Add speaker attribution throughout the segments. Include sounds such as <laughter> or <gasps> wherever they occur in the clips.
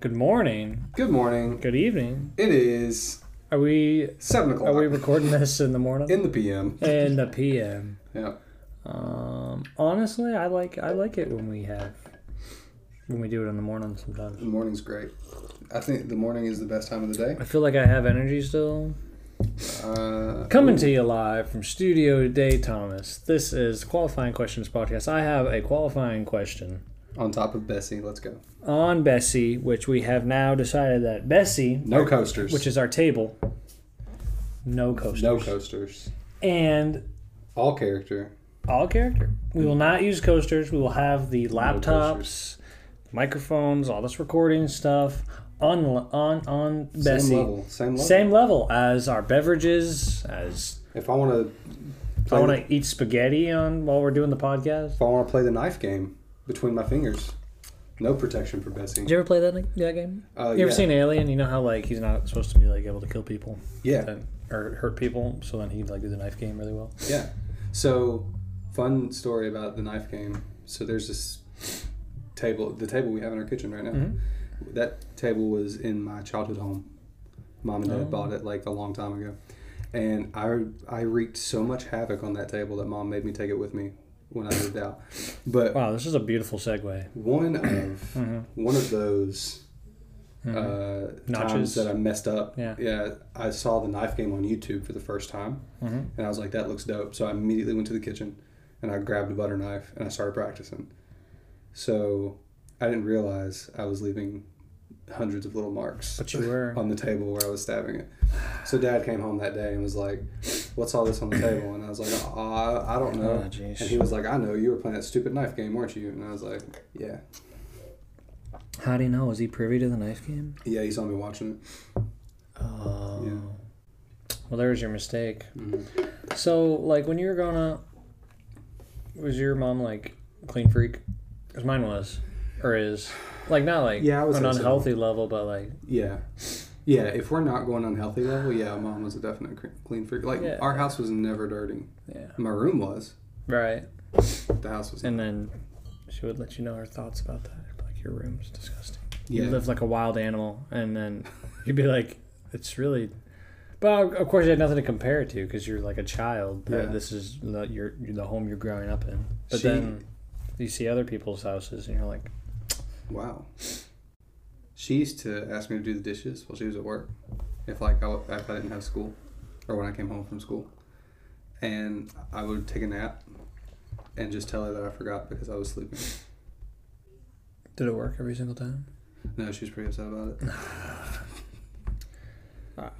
Speaker 1: Good morning.
Speaker 2: Good morning.
Speaker 1: Good evening.
Speaker 2: It is
Speaker 1: Are we
Speaker 2: seven o'clock
Speaker 1: are we recording this in the morning?
Speaker 2: in the PM.
Speaker 1: In the PM.
Speaker 2: Yeah,
Speaker 1: Um honestly, I like I like it when we have when we do it in the morning
Speaker 2: the
Speaker 1: sometimes.
Speaker 2: morning's great. I think the morning is the best time of the day.
Speaker 1: I feel like I have energy still.
Speaker 2: Uh,
Speaker 1: Coming to you live from Studio Day Thomas. This is the Qualifying Questions podcast. I have a qualifying question.
Speaker 2: on top of Bessie, let's go.
Speaker 1: on Bessie, which we have now decided that Bessie,
Speaker 2: No coasters.
Speaker 1: which is our table, no coasters.
Speaker 2: no coasters.
Speaker 1: And
Speaker 2: All character.
Speaker 1: all character. We will not use coasters. We will have the laptops,
Speaker 2: coasters.
Speaker 1: microphones, all this recording stuff on on on Bessie.
Speaker 2: Same level. Same level.
Speaker 1: Same level as our beverages, as
Speaker 2: If I want to,
Speaker 1: I want to eat spaghetti on while we're doing the podcast.
Speaker 2: If I want to play the knife game between my fingers, no protection for Bessie.
Speaker 1: Did you ever play that, that game?
Speaker 2: Uh,
Speaker 1: you ever
Speaker 2: yeah.
Speaker 1: seen Alien? You know how like he's not supposed to be like able to kill people.
Speaker 2: Yeah,
Speaker 1: then- or hurt people, so then he can like do the knife game really well.
Speaker 2: yeah. So, fun story about the knife game. So there's this table, the table we have in our kitchen right now.
Speaker 1: Mm-hmm.
Speaker 2: That table was in my childhood home. Mom and Dad
Speaker 1: Oh.
Speaker 2: bought it like a long time ago, and I I wreaked so much havoc on that table that Mom made me take it with me when I moved out. But
Speaker 1: Wow, this is a beautiful segue.
Speaker 2: one of
Speaker 1: Mm-hmm.
Speaker 2: one of those uh,
Speaker 1: Notches.
Speaker 2: times that I messed up.
Speaker 1: Yeah.
Speaker 2: I saw the knife game on YouTube for the first time,
Speaker 1: Mhm.
Speaker 2: and I was like, "That looks dope." So I immediately went to the kitchen, and I grabbed a butter knife and I started practicing. So I didn't realize I was leaving hundreds of little marks
Speaker 1: But you were.
Speaker 2: on the table where I was stabbing it. So Dad came home that day and was like, "What's all this on the table?" And I was like, "Oh, I, I don't know."
Speaker 1: Oh, jeez.
Speaker 2: and he was like, "I know. You were playing that stupid knife game, weren't you?" And I was like, "Yeah,
Speaker 1: How do you know? Was he privy to the knife game?
Speaker 2: yeah." He saw me watching it.
Speaker 1: Oh.
Speaker 2: Yeah.
Speaker 1: Well, there's your mistake.
Speaker 2: Mhm.
Speaker 1: So, like, when you were growing up, was your mom like clean freak? Because mine was, or is. Like, not like
Speaker 2: Yeah, I was
Speaker 1: an
Speaker 2: also-
Speaker 1: unhealthy level, but like,
Speaker 2: Yeah. Yeah, if we're not going unhealthy level, yeah, mom was a definite cre- clean freak. Like
Speaker 1: Yeah.
Speaker 2: our house was never dirty.
Speaker 1: yeah.
Speaker 2: My room was.
Speaker 1: Right.
Speaker 2: The house was.
Speaker 1: And then she would let you know her thoughts about that. Like, your room's disgusting.
Speaker 2: yeah.
Speaker 1: you live like a wild animal and then <laughs> you'd be like it's really but of course you had nothing to compare it to because you're like a child
Speaker 2: Yeah.
Speaker 1: this is the, your, the home you're growing up in but
Speaker 2: She-
Speaker 1: then you see other people's houses and you're like
Speaker 2: wow. She used to ask me to do the dishes while she was at work, if like I, w- if I didn't have school, or when I came home from school, and I would take a nap, and just tell her that I forgot because I was sleeping.
Speaker 1: did it work every single time
Speaker 2: No, she was pretty upset about it.
Speaker 1: "Uh,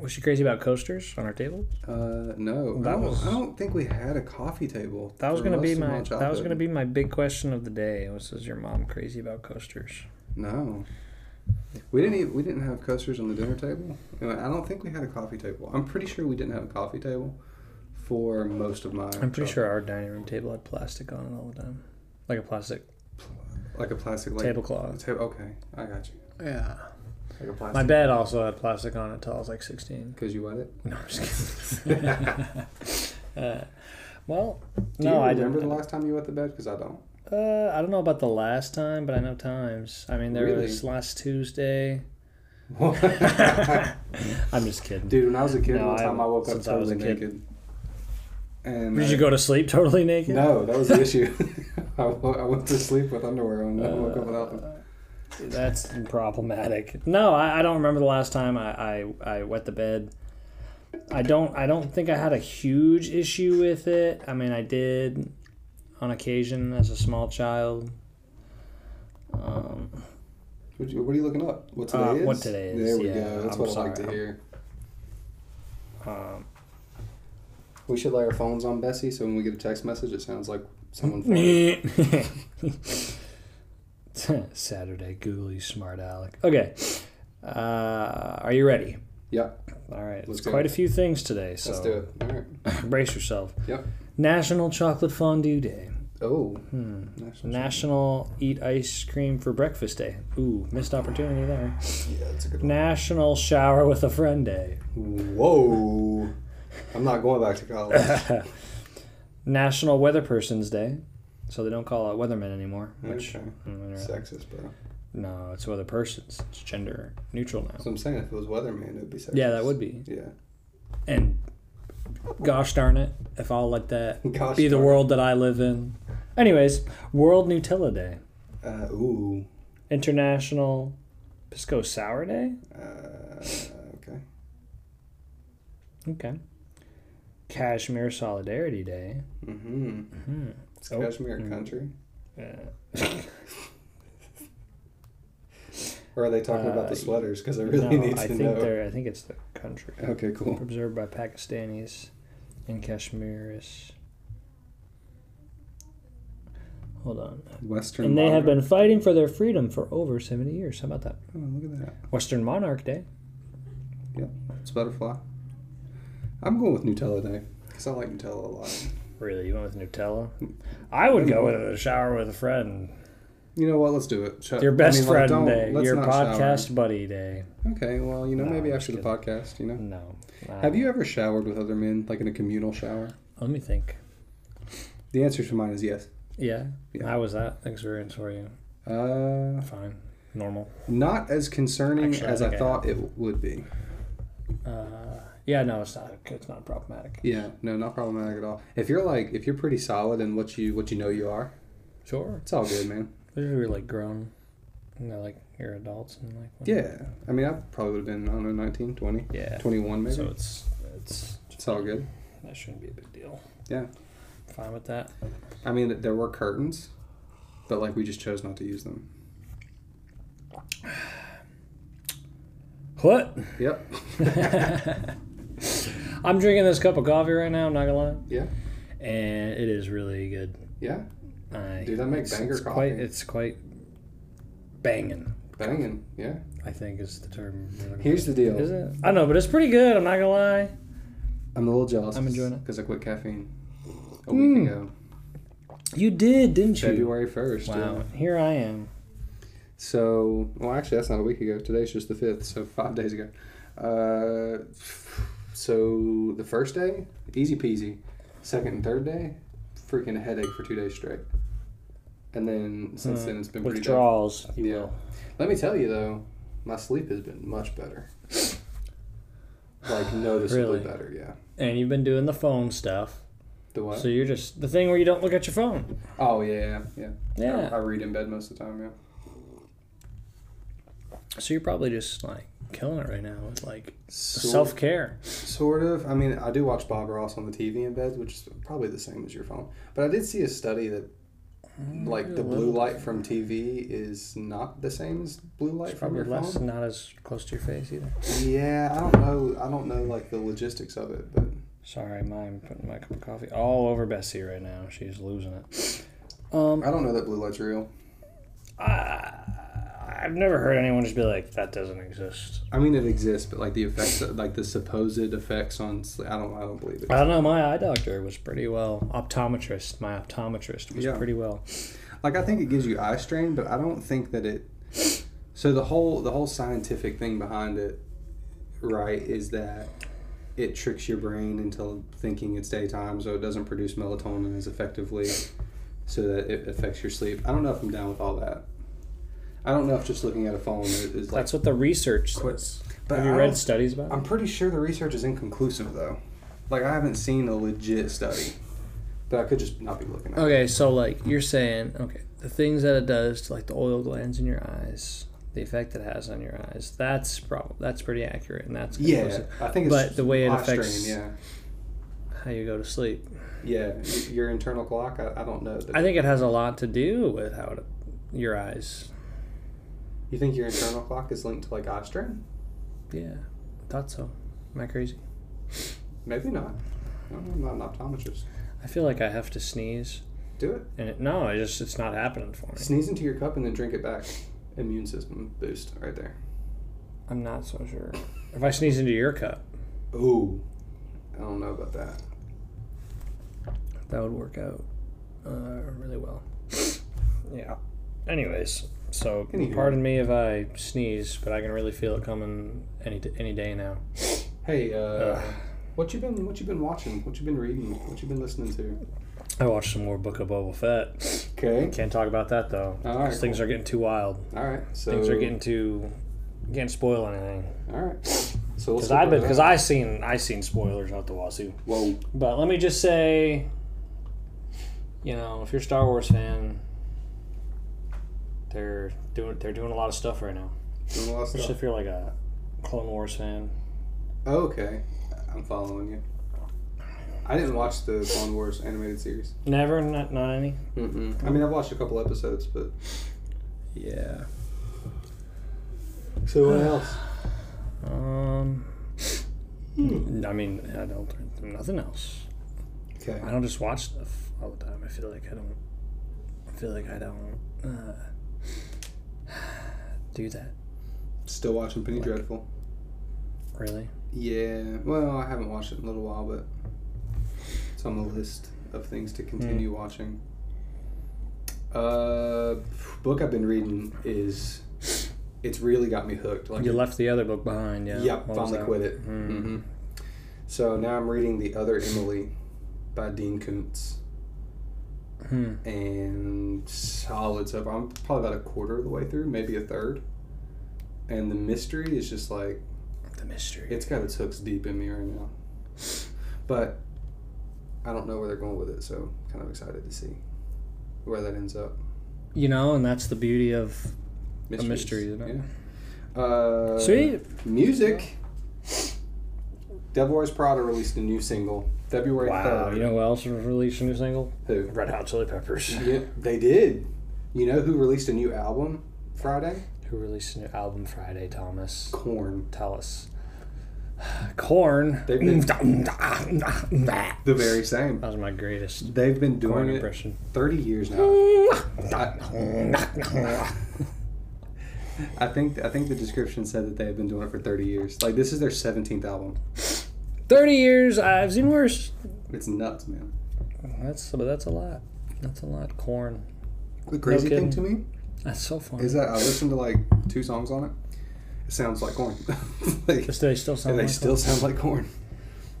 Speaker 1: was she crazy about coasters on our table
Speaker 2: Uh, no,
Speaker 1: That
Speaker 2: I don't,
Speaker 1: was-
Speaker 2: I don't think we had a coffee table.
Speaker 1: that was
Speaker 2: for
Speaker 1: gonna be
Speaker 2: most
Speaker 1: my
Speaker 2: of
Speaker 1: that was
Speaker 2: childhood.
Speaker 1: gonna be my big question of the day was is your mom crazy about coasters
Speaker 2: No. We didn't even, we didn't have coasters on the dinner table. And I don't think we had a coffee table. I'm pretty sure we didn't have a coffee table for most of my
Speaker 1: i'm pretty sure our dining room table had plastic on it all the time like a plastic
Speaker 2: like a plastic like
Speaker 1: tablecloth
Speaker 2: ta- okay, I got you.
Speaker 1: yeah
Speaker 2: Like a
Speaker 1: my
Speaker 2: plastic
Speaker 1: bed also had plastic on it until i was like 16
Speaker 2: because you wet it.
Speaker 1: No, I'm just kidding. <laughs> uh, well,
Speaker 2: Do
Speaker 1: no,
Speaker 2: you
Speaker 1: I
Speaker 2: remember
Speaker 1: didn't.
Speaker 2: the last time you wet the bed? Because
Speaker 1: <laughs>
Speaker 2: I don't.
Speaker 1: uh, I don't know about the last time, but I know times. I mean, there
Speaker 2: Really?
Speaker 1: was last
Speaker 2: <laughs>
Speaker 1: Tuesday. I'm just kidding.
Speaker 2: Dude, when I was a kid,
Speaker 1: No,
Speaker 2: one
Speaker 1: I
Speaker 2: time I,
Speaker 1: haven't
Speaker 2: woke up
Speaker 1: since I was
Speaker 2: totally
Speaker 1: a kid.
Speaker 2: naked. And
Speaker 1: Did you
Speaker 2: I-
Speaker 1: go to sleep totally naked?
Speaker 2: uh, No, that was the issue. <laughs> I, wo- I went to sleep with underwear on. and I woke
Speaker 1: Uh,
Speaker 2: up without them.
Speaker 1: That's problematic. No, I, I don't remember the last time I, I, I wet the bed. I don't I don't think I had a huge issue with it. I mean I did on occasion as a small child. Um,
Speaker 2: What, you, what are you looking up? What today
Speaker 1: Uh,
Speaker 2: is?
Speaker 1: what today is,
Speaker 2: There we
Speaker 1: yeah,
Speaker 2: go. That's
Speaker 1: I'm
Speaker 2: what I like to
Speaker 1: sorry.
Speaker 2: hear.
Speaker 1: um,
Speaker 2: We should lay our phones on Bessie so when we get a text message, it sounds like
Speaker 1: <laughs>
Speaker 2: someone. farted.
Speaker 1: Saturday, googly smart aleck. Okay, uh, are you ready?
Speaker 2: Yeah,
Speaker 1: All right,
Speaker 2: Let's
Speaker 1: it's
Speaker 2: do
Speaker 1: quite
Speaker 2: it.
Speaker 1: a few things today, so
Speaker 2: let's do it. All right.
Speaker 1: <clears throat> brace yourself.
Speaker 2: Yep.
Speaker 1: National Chocolate Fondue Day.
Speaker 2: Oh,
Speaker 1: Hmm.
Speaker 2: national.
Speaker 1: National Eat Ice Cream for Breakfast Day. Ooh, missed opportunity there.
Speaker 2: yeah, that's a good
Speaker 1: National Shower with a Friend Day. <laughs>
Speaker 2: one. Whoa, I'm not going back to
Speaker 1: <laughs>
Speaker 2: college.
Speaker 1: National
Speaker 2: Mm-hmm.
Speaker 1: Weather Person's Day. So they don't call it weathermen anymore, which
Speaker 2: Okay.
Speaker 1: mm,
Speaker 2: Sexist, bro.
Speaker 1: No, it's other persons. It's gender neutral now.
Speaker 2: So I'm saying if it was Weatherman, it would be sexist.
Speaker 1: Yeah, that would be.
Speaker 2: Yeah. <laughs>
Speaker 1: And gosh darn it, if I'll let that
Speaker 2: Gosh.
Speaker 1: be the
Speaker 2: darn-
Speaker 1: world that I live in. Anyways, World Nutella Day,
Speaker 2: Uh, ooh.
Speaker 1: International Pisco Sour Day.
Speaker 2: Uh, okay.
Speaker 1: Okay. Kashmir Solidarity Day.
Speaker 2: Mm-hmm.
Speaker 1: Hmm.
Speaker 2: It's
Speaker 1: Oh.
Speaker 2: Kashmir
Speaker 1: Mm.
Speaker 2: country.
Speaker 1: Uh,
Speaker 2: Or are they talking about
Speaker 1: Uh,
Speaker 2: the sweaters? Because I <laughs> really
Speaker 1: no,
Speaker 2: need to
Speaker 1: I think
Speaker 2: know.
Speaker 1: they're. I think it's the country
Speaker 2: Okay, cool.
Speaker 1: observed by Pakistanis and Kashmiris. Hold on.
Speaker 2: Western.
Speaker 1: And they have
Speaker 2: Monarch.
Speaker 1: been fighting for their freedom for over 70 years. How about that?
Speaker 2: Oh, look at that.
Speaker 1: Western Monarch Day.
Speaker 2: It's butterfly. I'm going with Nutella Day because I like Nutella a lot.
Speaker 1: Really? You went with Nutella? I would go with a shower with a friend.
Speaker 2: You know what? Let's do it. Shut,
Speaker 1: Your best
Speaker 2: I mean, like,
Speaker 1: friend
Speaker 2: don't-
Speaker 1: day.
Speaker 2: let's
Speaker 1: Your
Speaker 2: not
Speaker 1: podcast buddy day.
Speaker 2: shower. Okay. Well, you know,
Speaker 1: No,
Speaker 2: maybe
Speaker 1: I'm
Speaker 2: after the
Speaker 1: just
Speaker 2: podcast, you know.
Speaker 1: No. Uh,
Speaker 2: Have you ever showered with other men, like in a communal shower?
Speaker 1: Let me think.
Speaker 2: The answer to mine is yes.
Speaker 1: Yeah.
Speaker 2: Yeah.
Speaker 1: How was that experience for you?
Speaker 2: Uh,
Speaker 1: Fine. Normal.
Speaker 2: not as concerning
Speaker 1: Actually, I
Speaker 2: as I,
Speaker 1: think I
Speaker 2: thought it would be.
Speaker 1: Uh, yeah. No, it's not. It's not problematic.
Speaker 2: Yeah, no, not problematic at all. If you're like, if you're pretty solid in what you what you know you are,
Speaker 1: Sure.
Speaker 2: it's all good,
Speaker 1: <laughs>
Speaker 2: man.
Speaker 1: But if you're like grown, you know, like you're adults and like. when-
Speaker 2: Yeah, I mean, I probably would have been I don't know 19, 20,
Speaker 1: Yeah.
Speaker 2: 21 maybe.
Speaker 1: So it's it's
Speaker 2: it's all good.
Speaker 1: that shouldn't be a big deal.
Speaker 2: Yeah.
Speaker 1: Fine with that.
Speaker 2: I mean, there were curtains, but like we just chose not to use them. <laughs>
Speaker 1: What? <laughs>
Speaker 2: Yep.
Speaker 1: I'm drinking this cup of coffee right now. I'm not gonna lie.
Speaker 2: Yeah.
Speaker 1: And it is really good.
Speaker 2: Yeah.
Speaker 1: I,
Speaker 2: Dude, that makes
Speaker 1: it's-
Speaker 2: banger
Speaker 1: it's Quite,
Speaker 2: coffee.
Speaker 1: it's quite banging.
Speaker 2: Banging. Yeah.
Speaker 1: I think is the term. we're looking
Speaker 2: Here's the
Speaker 1: for.
Speaker 2: deal.
Speaker 1: Is it? I know, but it's pretty good. I'm not gonna lie.
Speaker 2: I'm a little jealous.
Speaker 1: I'm enjoying it.
Speaker 2: because I quit caffeine a
Speaker 1: Mm.
Speaker 2: week ago,
Speaker 1: You did, didn't you?
Speaker 2: February first.
Speaker 1: Wow. Here I am.
Speaker 2: So, well, actually, that's not a week ago. Today's just the fifth, so five days ago. Uh, so the first day, easy peasy. Second and third day, freaking headache for two days straight. And then since then, it's been pretty good.
Speaker 1: Withdrawals, Hmm. you
Speaker 2: Yeah.
Speaker 1: will.
Speaker 2: Let me tell you though, my sleep has been much better. Like noticeably
Speaker 1: Really?
Speaker 2: better, yeah.
Speaker 1: And you've been doing the phone stuff,
Speaker 2: The what?
Speaker 1: so you're just the thing where you don't look at your phone.
Speaker 2: oh yeah, yeah, yeah.
Speaker 1: Yeah.
Speaker 2: I, I read in bed most of the time. Yeah.
Speaker 1: So you're probably just like killing it right now with like
Speaker 2: Sort,
Speaker 1: self care.
Speaker 2: sort of. I mean, I do watch Bob Ross on the TV in bed, which is probably the same as your phone. But I did see a study that like the blue light from TV is not the same as blue light from
Speaker 1: Probably
Speaker 2: your
Speaker 1: less,
Speaker 2: phone.
Speaker 1: not as close to your face either.
Speaker 2: Yeah, I don't know. I don't know like the logistics of it, but
Speaker 1: Sorry, my, I'm putting my cup of coffee all over Bessie right now. She's losing it. Um,
Speaker 2: I don't know that blue light's real.
Speaker 1: I, I've never heard anyone just be like, that doesn't exist.
Speaker 2: I mean, it exists, but like the effects, like the supposed effects on sleep, I don't, I don't believe it.
Speaker 1: I don't know. My eye doctor was pretty well. Optometrist, my optometrist was
Speaker 2: Yeah.
Speaker 1: pretty well.
Speaker 2: Like I think it gives you eye strain, but I don't think that it. So the whole the whole scientific thing behind it, right, is that it tricks your brain into thinking it's daytime, so it doesn't produce melatonin as effectively, so that it affects your sleep. I don't know if I'm down with all that. I don't know if just looking at a phone is is like.
Speaker 1: That's what the research
Speaker 2: Quit.
Speaker 1: says.
Speaker 2: But
Speaker 1: Have you
Speaker 2: I
Speaker 1: read
Speaker 2: don't-
Speaker 1: studies about it?
Speaker 2: I'm pretty sure the research is inconclusive though. Like I haven't seen a legit study, but I could just not be looking at. it.
Speaker 1: Okay, so like you're saying, okay, the things that it does to like the oil glands in your eyes, the effect it has on your eyes, that's prob- that's pretty accurate, and that's
Speaker 2: Yeah,
Speaker 1: conclusive.
Speaker 2: I think it's
Speaker 1: But the way it
Speaker 2: eye
Speaker 1: affects-
Speaker 2: strain,
Speaker 1: how you go to sleep.
Speaker 2: yeah, yeah, y- your internal clock. I, I don't know.
Speaker 1: I think it has a lot to do with how it, your eyes.
Speaker 2: you think your internal clock is linked to like eye strain?
Speaker 1: Yeah, thought so. Am I crazy?
Speaker 2: Maybe not. I don't know, I'm not an optometrist.
Speaker 1: I feel like I have to sneeze,
Speaker 2: Do it.
Speaker 1: and it, no, it just it's not happening for me.
Speaker 2: Sneeze into your cup and then drink it back. Immune system boost right there.
Speaker 1: I'm not so sure. If I sneeze into your cup,
Speaker 2: Ooh, I don't know about that.
Speaker 1: that would work out uh, really well. <sighs> yeah. Anyways, so
Speaker 2: Anywho.
Speaker 1: pardon me if I sneeze, but I can really feel it coming any any day now.
Speaker 2: Hey, uh,
Speaker 1: Ugh.
Speaker 2: what you been what you been watching? What you been reading? What you been listening to?
Speaker 1: I watched some more Book of Boba Fett.
Speaker 2: Okay.
Speaker 1: Can't talk about that though.
Speaker 2: All right,
Speaker 1: 'cause things are getting too wild.
Speaker 2: All right. So
Speaker 1: things are getting too. Can't spoil anything.
Speaker 2: All right. So we'll
Speaker 1: Because
Speaker 2: skip
Speaker 1: I've been
Speaker 2: that.
Speaker 1: because I seen I seen spoilers out the wazoo.
Speaker 2: Whoa.
Speaker 1: But let me just say, you know, if you're a Star Wars fan, they're doing they're doing a lot of stuff right now.
Speaker 2: Doing a lot of
Speaker 1: Especially
Speaker 2: stuff.
Speaker 1: if you're like a Clone Wars fan.
Speaker 2: Oh, okay. I'm following you. I didn't watch the Clone Wars animated series.
Speaker 1: Never, not not any.
Speaker 2: Mm-mm. I mean, I've watched a couple episodes, but yeah. So what else?
Speaker 1: Um, I mean, I don't nothing else.
Speaker 2: Okay.
Speaker 1: I don't just watch stuff all the time. I feel like I don't. I feel like I don't uh, <sighs> do that
Speaker 2: Still watching Penny Dreadful.
Speaker 1: really.
Speaker 2: Yeah. Well, I haven't watched it in a little while, but it's on the list of things to continue watching. Uh, book I've been reading is it's really got me hooked. Like
Speaker 1: You left the other book behind, yeah.
Speaker 2: Yep,
Speaker 1: What was
Speaker 2: finally
Speaker 1: that?
Speaker 2: quit it.
Speaker 1: Mm.
Speaker 2: hmm So now I'm reading The Other Emily by Dean Koontz.
Speaker 1: Hmm.
Speaker 2: And solid so far. I'm probably about a quarter of the way through, maybe a third. And the mystery is just like,
Speaker 1: The mystery.
Speaker 2: it's got its hooks deep in me right now. But I don't know where they're going with it, so I'm kind of excited to see where that ends up.
Speaker 1: You know, and that's the beauty of
Speaker 2: Mysteries.
Speaker 1: mystery, isn't it?
Speaker 2: Yeah. Uh,
Speaker 1: Sweet.
Speaker 2: Music. Devil Wears Prada released a new single February
Speaker 1: Wow.
Speaker 2: 3rd.
Speaker 1: You know who else released a new single?
Speaker 2: Who?
Speaker 1: Red Hot Chili <laughs> Peppers.
Speaker 2: Yeah, they did. You know who released a new album Friday?
Speaker 1: Who released a new album Friday? Thomas.
Speaker 2: Corn.
Speaker 1: Tell us. <sighs> Corn.
Speaker 2: They've been-
Speaker 1: that
Speaker 2: The very same.
Speaker 1: was my greatest
Speaker 2: They've been
Speaker 1: corn
Speaker 2: doing it
Speaker 1: impression.
Speaker 2: 30 years now. I think I think the description said that they have been doing it for 30 years. Like this is their 17th album.
Speaker 1: Thirty years. I've seen worse.
Speaker 2: It's nuts, man.
Speaker 1: That's but that's a lot. That's a lot. Corn.
Speaker 2: The crazy
Speaker 1: kidding.
Speaker 2: thing to me
Speaker 1: That's so funny.
Speaker 2: is that I listened to like two songs on it. It sounds like corn. <laughs> like,
Speaker 1: Just- do they still sound?
Speaker 2: and they
Speaker 1: like
Speaker 2: still
Speaker 1: Corn?
Speaker 2: sound like corn.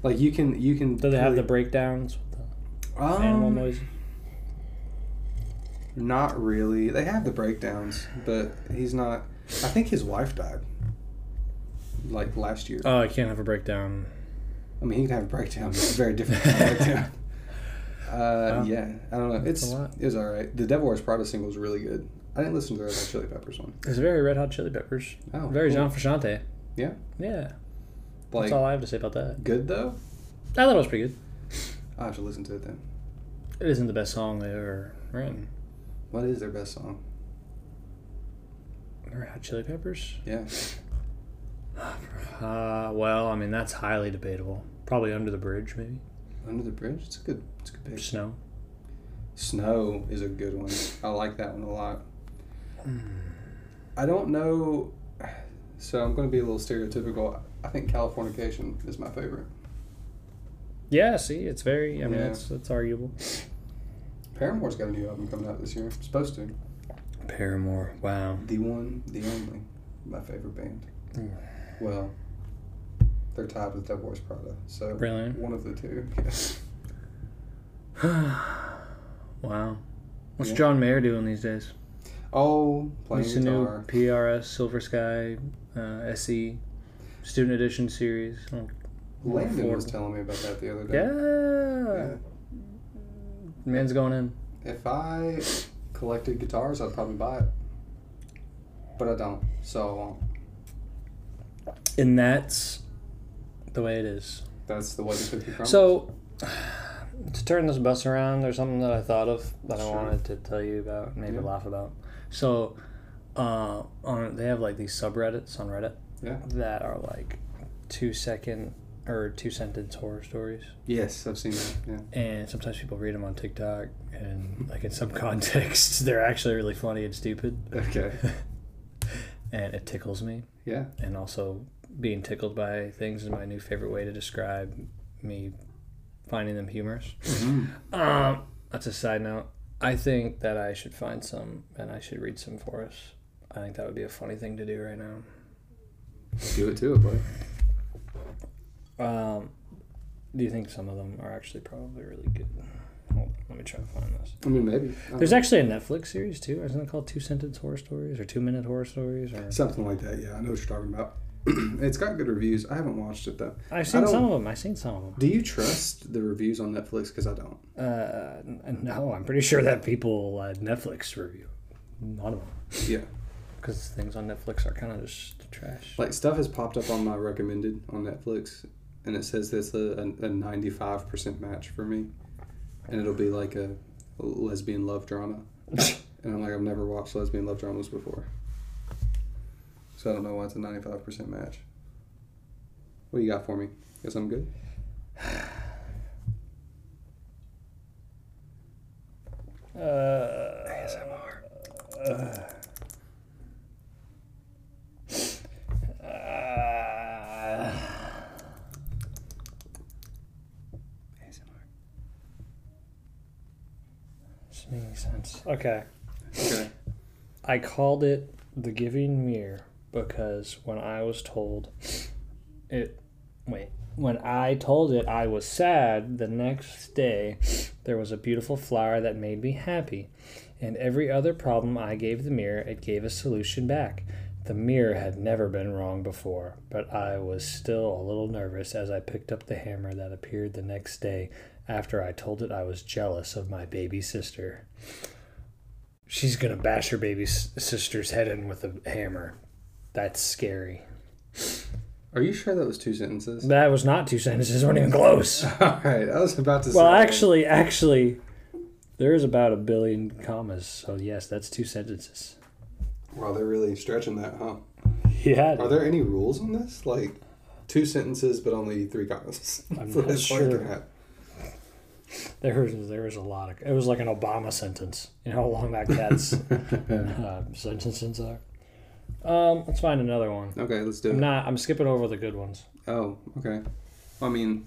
Speaker 2: Like you can you can
Speaker 1: Do they have the
Speaker 2: really-
Speaker 1: breakdowns? With the
Speaker 2: Um,
Speaker 1: animal noises?
Speaker 2: Not really. They have the breakdowns, but he's not. I think his wife died, like last year.
Speaker 1: Oh, I can't have a breakdown.
Speaker 2: I mean, he can have a breakdown, but it's a
Speaker 1: <laughs>
Speaker 2: very different kind of breakdown. Uh, yeah, I don't know. It's
Speaker 1: lot.
Speaker 2: it was all right. The Devil Wears Prada single was really good. I didn't listen to the Red Hot Chili Peppers one.
Speaker 1: It's very Red Hot Chili Peppers.
Speaker 2: Oh,
Speaker 1: Very
Speaker 2: cool.
Speaker 1: John Frusciante.
Speaker 2: Yeah.
Speaker 1: Yeah.
Speaker 2: Like
Speaker 1: That's all I have to say about that.
Speaker 2: good though.
Speaker 1: I thought it was pretty good.
Speaker 2: I have to listen to it then.
Speaker 1: It isn't the best song they've ever written.
Speaker 2: What is their best song?
Speaker 1: Red Hot Chili Peppers?
Speaker 2: Yeah,
Speaker 1: Uh, well, I mean, that's highly debatable. Probably Under the Bridge, maybe.
Speaker 2: Under the Bridge. It's a good. It's a good pick.
Speaker 1: Snow.
Speaker 2: Snow is a good one. I like that one a lot.
Speaker 1: Hmm.
Speaker 2: I don't know. So I'm going to be a little stereotypical. I think Californication is my favorite.
Speaker 1: Yeah, see, it's very, I mean,
Speaker 2: Yeah.
Speaker 1: that's, that's arguable.
Speaker 2: Paramore's got a new album coming out this year. Supposed to.
Speaker 1: Paramore. Wow.
Speaker 2: The one, the only, my favorite band.
Speaker 1: Mm.
Speaker 2: Well, they're tied with Devil Wears Prada. So
Speaker 1: Really?
Speaker 2: one of the two. <laughs> Yes.
Speaker 1: <sighs> Wow. What's
Speaker 2: Yeah.
Speaker 1: John Mayer doing these days?
Speaker 2: Oh, playing
Speaker 1: He's the new
Speaker 2: guitar.
Speaker 1: PRS Silver Sky uh, SE Student Edition series. Oh,
Speaker 2: Landon was
Speaker 1: affordable.
Speaker 2: telling me about that the other day.
Speaker 1: Yeah. Man's going in.
Speaker 2: If I collected guitars, I'd probably buy it. But I don't, so I won't.
Speaker 1: And that's the way it is.
Speaker 2: That's the way the cookie crumbles.
Speaker 1: So, <sighs> to turn this bus around, there's something that I thought of that I
Speaker 2: Sure.
Speaker 1: wanted to tell you about, maybe
Speaker 2: Yeah.
Speaker 1: laugh about. So, uh, on they have like these subreddits on Reddit
Speaker 2: Yeah.
Speaker 1: that are like two second or two sentence horror stories.
Speaker 2: yes, I've seen that. Yeah.
Speaker 1: and sometimes people read them on TikTok, and like in some <laughs> contexts, they're actually really funny and stupid,
Speaker 2: Okay.
Speaker 1: and it tickles me.
Speaker 2: Yeah.
Speaker 1: And also, being tickled by things is my new favorite way to describe me finding them humorous. Um, that's a side note. I think that I should find some and I should read some for us. I think that would be a funny thing to do right now.
Speaker 2: Do it to it, buddy.
Speaker 1: Um, do you think some of them are actually probably really good? Hold on, let me try to find this.
Speaker 2: I mean, maybe I
Speaker 1: There's
Speaker 2: don't-
Speaker 1: actually a Netflix series too. Isn't it called Two Sentence Horror Stories or Two Minute Horror Stories? Or
Speaker 2: something like that. Yeah, I know what you're talking about. <clears throat> it's got good reviews. I haven't watched it though.
Speaker 1: I've
Speaker 2: I
Speaker 1: seen
Speaker 2: don't-
Speaker 1: some of them. I've seen some of them.
Speaker 2: Do you trust the reviews on Netflix? Because I don't.
Speaker 1: Uh, n- no, I'm pretty sure that people uh, Netflix review a lot of them
Speaker 2: Yeah,
Speaker 1: because things on Netflix are kind of just trash.
Speaker 2: like stuff has popped up on my recommended on Netflix, and it says that's a a ninety five percent match for me, and it'll be like a lesbian love <laughs> drama, and I'm like I've never watched lesbian love dramas before, so I don't know why it's a ninety five percent match. What do you got for me? Guess I'm good.
Speaker 1: Uh, uh, this makes sense. Okay.
Speaker 2: Okay.
Speaker 1: I called it the giving mirror because when I was told it wait, when I told it I was sad, the next day there was a beautiful flower that made me happy. And every other problem I gave the mirror, it gave a solution back. The mirror had never been wrong before, but I was still a little nervous as I picked up the hammer that appeared the next day after I told it I was jealous of my baby sister she's gonna bash her baby s- sister's head in with a hammer. That's scary.
Speaker 2: Are you sure that was two <laughs> sentences?
Speaker 1: That was not two sentences. <laughs> weren't even close.
Speaker 2: All right, I was about to.
Speaker 1: Well,
Speaker 2: say-
Speaker 1: actually, actually, there is about a billion commas. So yes, that's two sentences.
Speaker 2: Wow, they're really stretching that, huh? Are
Speaker 1: Yeah,
Speaker 2: there any rules on this? Like two sentences, but only three commas.
Speaker 1: I'm
Speaker 2: <laughs> So
Speaker 1: not
Speaker 2: that's like
Speaker 1: sure.
Speaker 2: that.
Speaker 1: there was there was a lot of. It was like an Obama sentence. You know how long that <laughs> cat's uh, sentences are. Um, let's find another one.
Speaker 2: Okay, let's do it.
Speaker 1: I'm not. I'm skipping over the good ones.
Speaker 2: oh, okay. I mean,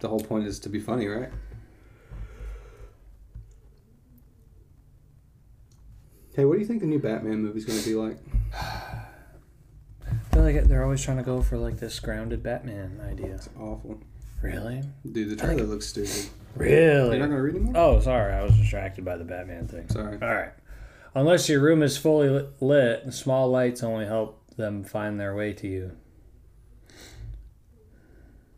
Speaker 2: the whole point is to be funny, right? Hey, what do you think the new Batman movie's going to be like?
Speaker 1: I feel like they're always trying to go for like this grounded Batman idea.
Speaker 2: It's awful.
Speaker 1: Really?
Speaker 2: Dude, the trailer looks stupid. You're
Speaker 1: Really?
Speaker 2: not going to read anymore?
Speaker 1: Oh, sorry. I was distracted by the Batman thing.
Speaker 2: Sorry.
Speaker 1: All right. Unless your room is fully li- lit, and small lights only help them find their way to you.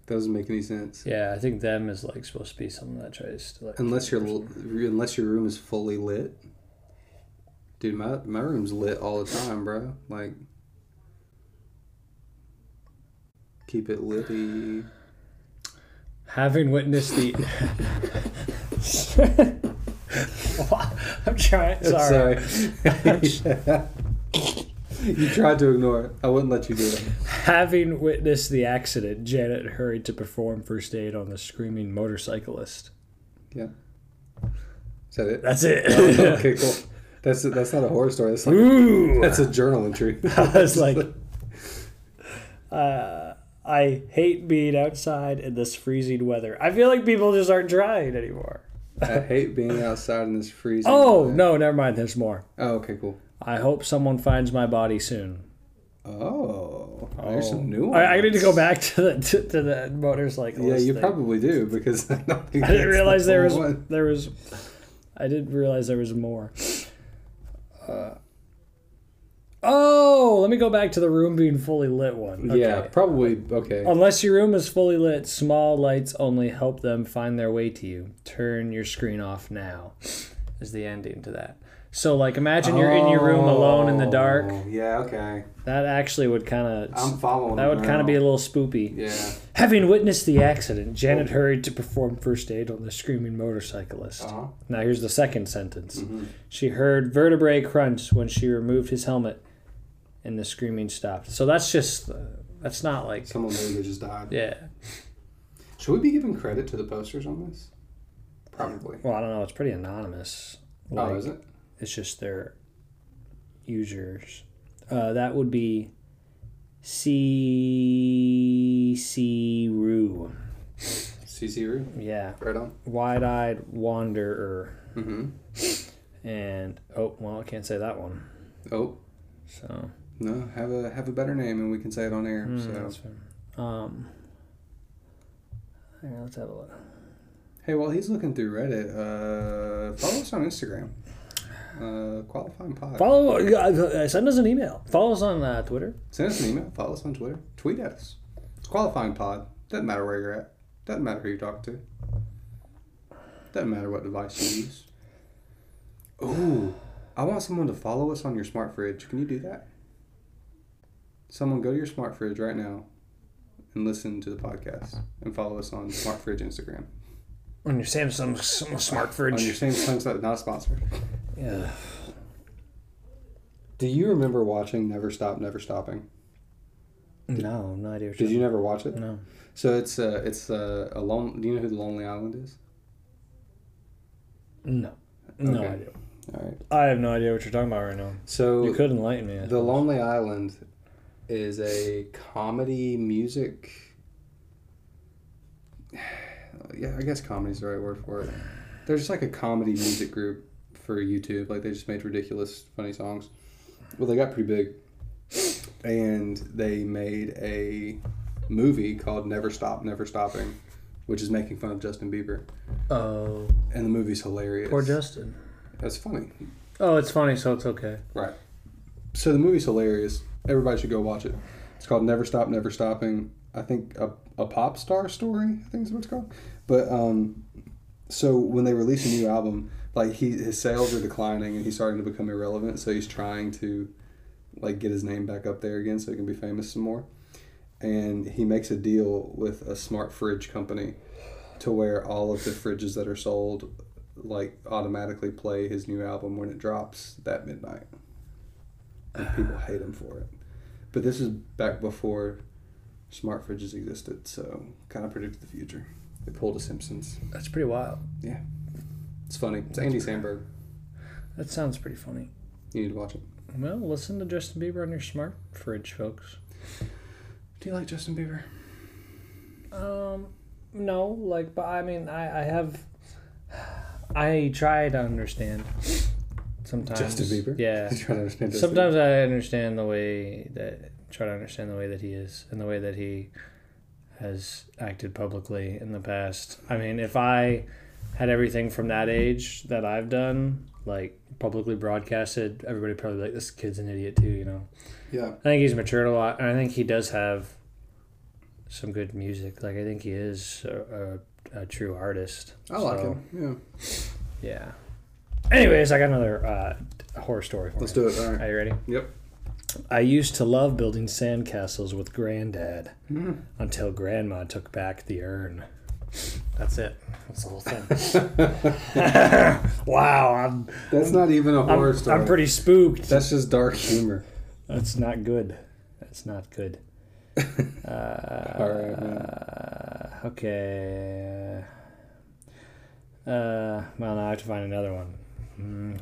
Speaker 2: That doesn't make any sense.
Speaker 1: Yeah, I think them is like supposed to be something that tries to like.
Speaker 2: Unless your l- unless your room is fully lit. Dude, my, my room's lit all the time, bro. Like keep it litty.
Speaker 1: having witnessed <laughs> the. I'm trying. Sorry. <laughs>
Speaker 2: Sorry. you tried to ignore it. I wouldn't let you do it.
Speaker 1: Having witnessed the accident, Janet hurried to perform first aid on the screaming motorcyclist.
Speaker 2: Is that it?
Speaker 1: That's it. <laughs>
Speaker 2: okay, cool. That's that's not a horror story. That's like
Speaker 1: Ooh.
Speaker 2: that's a journal
Speaker 1: <laughs>
Speaker 2: entry.
Speaker 1: I was like, uh, I hate being outside in this freezing weather. I feel like people just aren't trying anymore.
Speaker 2: I hate being outside in this freezing.
Speaker 1: Oh,
Speaker 2: weather.
Speaker 1: no, never mind. There's more.
Speaker 2: Oh, okay, cool.
Speaker 1: I hope someone finds my body soon.
Speaker 2: Oh, there's some new.
Speaker 1: I, I need to go back to the to, to the motorcycle.
Speaker 2: Yeah, you probably do because <laughs> I don't think
Speaker 1: <laughs> I didn't
Speaker 2: that's
Speaker 1: realize
Speaker 2: the
Speaker 1: there was
Speaker 2: full one.
Speaker 1: there was. I didn't realize there was more. Uh, oh, let me go back to the room being fully lit one. Okay. Oh,
Speaker 2: Yeah, probably okay.
Speaker 1: Unless your room is fully lit, small lights only help them find their way to you. Turn your screen off now. Is the ending to that. So like imagine you're in your room alone in the dark.
Speaker 2: Oh, Yeah, okay.
Speaker 1: That actually would kind
Speaker 2: I'm
Speaker 1: of
Speaker 2: following.
Speaker 1: that would
Speaker 2: it
Speaker 1: kind
Speaker 2: now.
Speaker 1: of be a little spoopy.
Speaker 2: Yeah.
Speaker 1: Having witnessed the accident, Janet hurried to perform first aid on the screaming motorcyclist.
Speaker 2: Uh-huh.
Speaker 1: Now here's the second sentence.
Speaker 2: Mhm.
Speaker 1: She heard vertebrae crunch when she removed his helmet and the screaming stopped. So that's just uh, that's not like
Speaker 2: Someone maybe just died.
Speaker 1: yeah.
Speaker 2: Should we be giving credit to the posters on this? Probably.
Speaker 1: Well, I don't know. It's pretty anonymous. Like,
Speaker 2: oh, is it?
Speaker 1: It's just their users. Uh, that would be C C Rue.
Speaker 2: CC Roo.
Speaker 1: Yeah,
Speaker 2: Right on.
Speaker 1: wide-eyed wanderer,
Speaker 2: Mm-hmm.
Speaker 1: and oh well, I can't say that one.
Speaker 2: Oh
Speaker 1: So
Speaker 2: no, have a have a better name and we can say it on air.
Speaker 1: mm,
Speaker 2: so
Speaker 1: that's fine. Um, hang on, let's have a look.
Speaker 2: Hey, while he's looking through Reddit, uh, follow us on Instagram. Uh, qualifying pod.
Speaker 1: Follow, uh, send us an email. Follow us on uh, Twitter.
Speaker 2: Send us an email. Follow us on Twitter. Tweet at us. It's qualifying pod. Doesn't matter where you're at. Doesn't matter who you talk to. Doesn't matter what device you use. Ooh, I want someone to follow us on your smart fridge. Can you do that? Someone go to your smart fridge right now and listen to the podcast and follow us on smart fridge Instagram.
Speaker 1: On your Samsung s- smart
Speaker 2: On your
Speaker 1: fridge.
Speaker 2: same Samsung, site, not a sponsor.
Speaker 1: Yeah.
Speaker 2: Do you remember watching Never Stop, Never Stopping?
Speaker 1: No, no idea. What
Speaker 2: Did
Speaker 1: you're
Speaker 2: you never watch it?
Speaker 1: No.
Speaker 2: So it's uh, it's uh, a lone. Do you know who the Lonely Island is?
Speaker 1: No. No
Speaker 2: Okay.
Speaker 1: idea.
Speaker 2: All right.
Speaker 1: I have no idea what you're talking about right now.
Speaker 2: So
Speaker 1: You could enlighten me. I
Speaker 2: The
Speaker 1: suppose.
Speaker 2: Lonely Island is a comedy music. Yeah, I guess comedy is the right word for it. They're just like a comedy music group for YouTube. Like they just made ridiculous, funny songs. Well, they got pretty big, and they made a movie called Never Stop, Never Stopping, which is making fun of Justin Bieber,
Speaker 1: Oh,
Speaker 2: and the movie's hilarious.
Speaker 1: poor Justin.
Speaker 2: That's funny.
Speaker 1: Oh, it's funny, so it's okay.
Speaker 2: Right. So the movie's hilarious. Everybody should go watch it. It's called Never Stop, Never Stopping. I think a, a pop star story. I think is what it's called. But um, so when they release a new album, like he his sales are declining and he's starting to become irrelevant. So he's trying to like get his name back up there again so he can be famous some more. And he makes a deal with a smart fridge company to where all of the fridges that are sold like automatically play his new album when it drops that midnight. And people hate him for it. But this is back before smart fridges existed, so kind of predicted the future. They pulled a Simpsons.
Speaker 1: That's pretty wild.
Speaker 2: It's funny. It's Andy Samberg.
Speaker 1: That sounds pretty funny.
Speaker 2: You need to watch it.
Speaker 1: Well, listen to Justin Bieber on your smart fridge, folks.
Speaker 2: Do you like Justin Bieber?
Speaker 1: Um, no, like, but I mean, I, I have, <sighs> I try to understand sometimes.
Speaker 2: Justin Bieber? <laughs>
Speaker 1: Yeah.
Speaker 2: Try to understand Justin
Speaker 1: sometimes I understand the way that try to understand the way that he is and the way that he has acted publicly in the past. I mean, if I had everything from that age that I've done, like publicly broadcasted, everybody would probably be like this kid's an idiot too, you know.
Speaker 2: Yeah.
Speaker 1: I think he's matured a lot, and I think he does have some good music. Like I think he is a, a, a true artist.
Speaker 2: I like
Speaker 1: So,
Speaker 2: him. Yeah.
Speaker 1: Yeah. Anyways, I got another uh, horror story for
Speaker 2: Let's
Speaker 1: you.
Speaker 2: do it.
Speaker 1: <laughs>
Speaker 2: All right.
Speaker 1: Are you ready?
Speaker 2: Yep.
Speaker 1: I used to love building sandcastles with Granddad until Grandma took back the urn. That's it. That's the whole thing. <laughs> wow, I'm,
Speaker 2: <laughs> That's not even a horror
Speaker 1: I'm,
Speaker 2: story.
Speaker 1: I'm pretty spooked.
Speaker 2: That's just dark humor.
Speaker 1: That's not good. That's not
Speaker 2: <laughs>
Speaker 1: good.
Speaker 2: All right. man.
Speaker 1: Uh, okay. Uh, well, now I have to find another one. Hmm.